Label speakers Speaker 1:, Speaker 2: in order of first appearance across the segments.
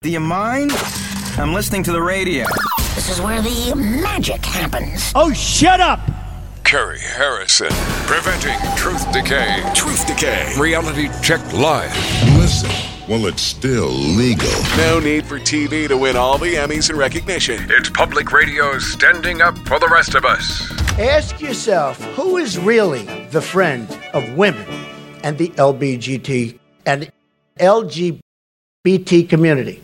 Speaker 1: Do you mind? I'm listening to the radio.
Speaker 2: This is where the magic happens.
Speaker 3: Oh, shut up!
Speaker 4: Kerry Harrison, preventing truth decay.
Speaker 5: Truth decay.
Speaker 4: Reality check live.
Speaker 6: Listen, well, it's still legal.
Speaker 5: No need for TV to win all the Emmys and recognition.
Speaker 4: It's public radio standing up for the rest of us.
Speaker 7: Ask yourself who is really the friend of women and the LBGT and LGBT community?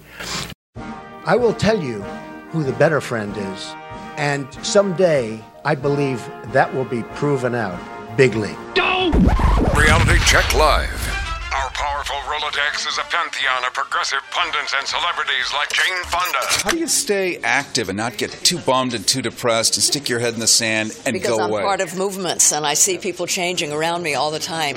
Speaker 7: I will tell you who the better friend is, and someday I believe that will be proven out bigly.
Speaker 4: Reality check live. Our powerful Rolodex is a pantheon of progressive pundits and celebrities like Jane Fonda.
Speaker 8: How do you stay active and not get too bummed and too depressed and stick your head in the sand and
Speaker 9: because
Speaker 8: go
Speaker 9: I'm
Speaker 8: away?
Speaker 9: part of movements and I see people changing around me all the time.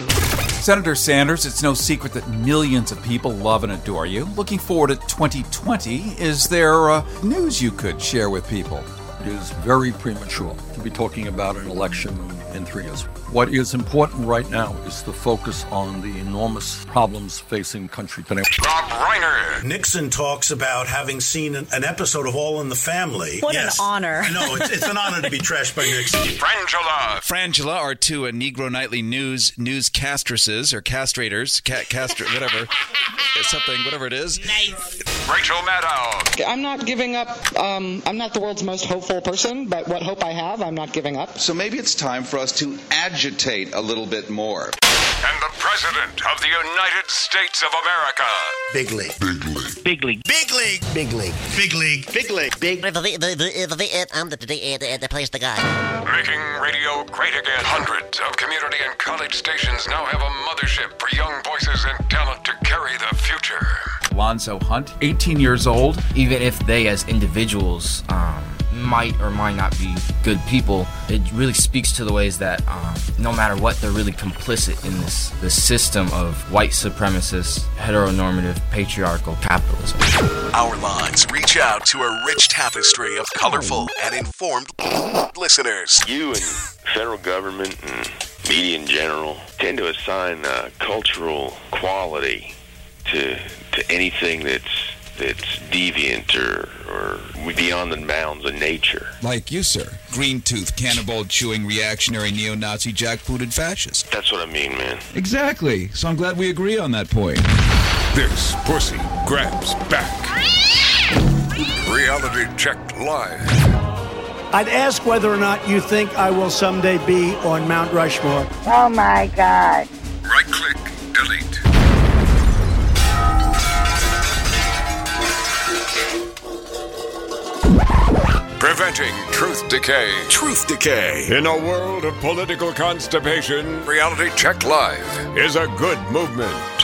Speaker 10: Senator Sanders, it's no secret that millions of people love and adore you. Looking forward to 2020, is there uh, news you could share with people?
Speaker 11: It is very premature to be talking about an election in three years. What is important right now is to focus on the enormous problems facing country today.
Speaker 4: Rob Reiner.
Speaker 12: Nixon talks about having seen an, an episode of All in the Family.
Speaker 13: What an honor.
Speaker 12: no, it's, it's an honor to be trashed by Nixon.
Speaker 4: Frangela.
Speaker 14: Frangela are two uh, Negro Nightly News newscastresses or castrators, ca- castor, whatever, something, whatever it is.
Speaker 4: Rachel Maddow.
Speaker 15: I'm not giving up. Um, I'm not the world's most hopeful person, but what hope I have, I'm not giving up.
Speaker 8: So maybe it's time for us to agitate a little bit more.
Speaker 4: And the President of the United States of America.
Speaker 7: Big league.
Speaker 6: Big league.
Speaker 3: Big league.
Speaker 14: Big league.
Speaker 7: Big league.
Speaker 14: Big league. Big league.
Speaker 2: Big. I'm the, the, the, the place to go.
Speaker 4: Making radio great again. Hundreds of community and college stations now have a mothership for young voices and talent to carry the future.
Speaker 10: Alonzo Hunt, 18 years old.
Speaker 16: even if they as individuals um, might or might not be good people, it really speaks to the ways that um, no matter what, they're really complicit in this, this system of white supremacist, heteronormative, patriarchal capitalism.
Speaker 5: Our lines reach out to a rich tapestry of colorful and informed listeners.
Speaker 17: you and federal government and media in general tend to assign uh, cultural quality to to anything that's that's deviant or, or beyond the bounds of nature.
Speaker 8: Like you, sir.
Speaker 14: Green tooth, cannibal, chewing, reactionary, neo Nazi, jackbooted fascist.
Speaker 17: That's what I mean, man.
Speaker 8: Exactly. So I'm glad we agree on that point.
Speaker 4: This pussy grabs back. Reality check live.
Speaker 7: I'd ask whether or not you think I will someday be on Mount Rushmore.
Speaker 18: Oh my God.
Speaker 4: Right click, delete. Preventing truth decay.
Speaker 5: Truth decay.
Speaker 4: In a world of political constipation, Reality Check Live is a good movement.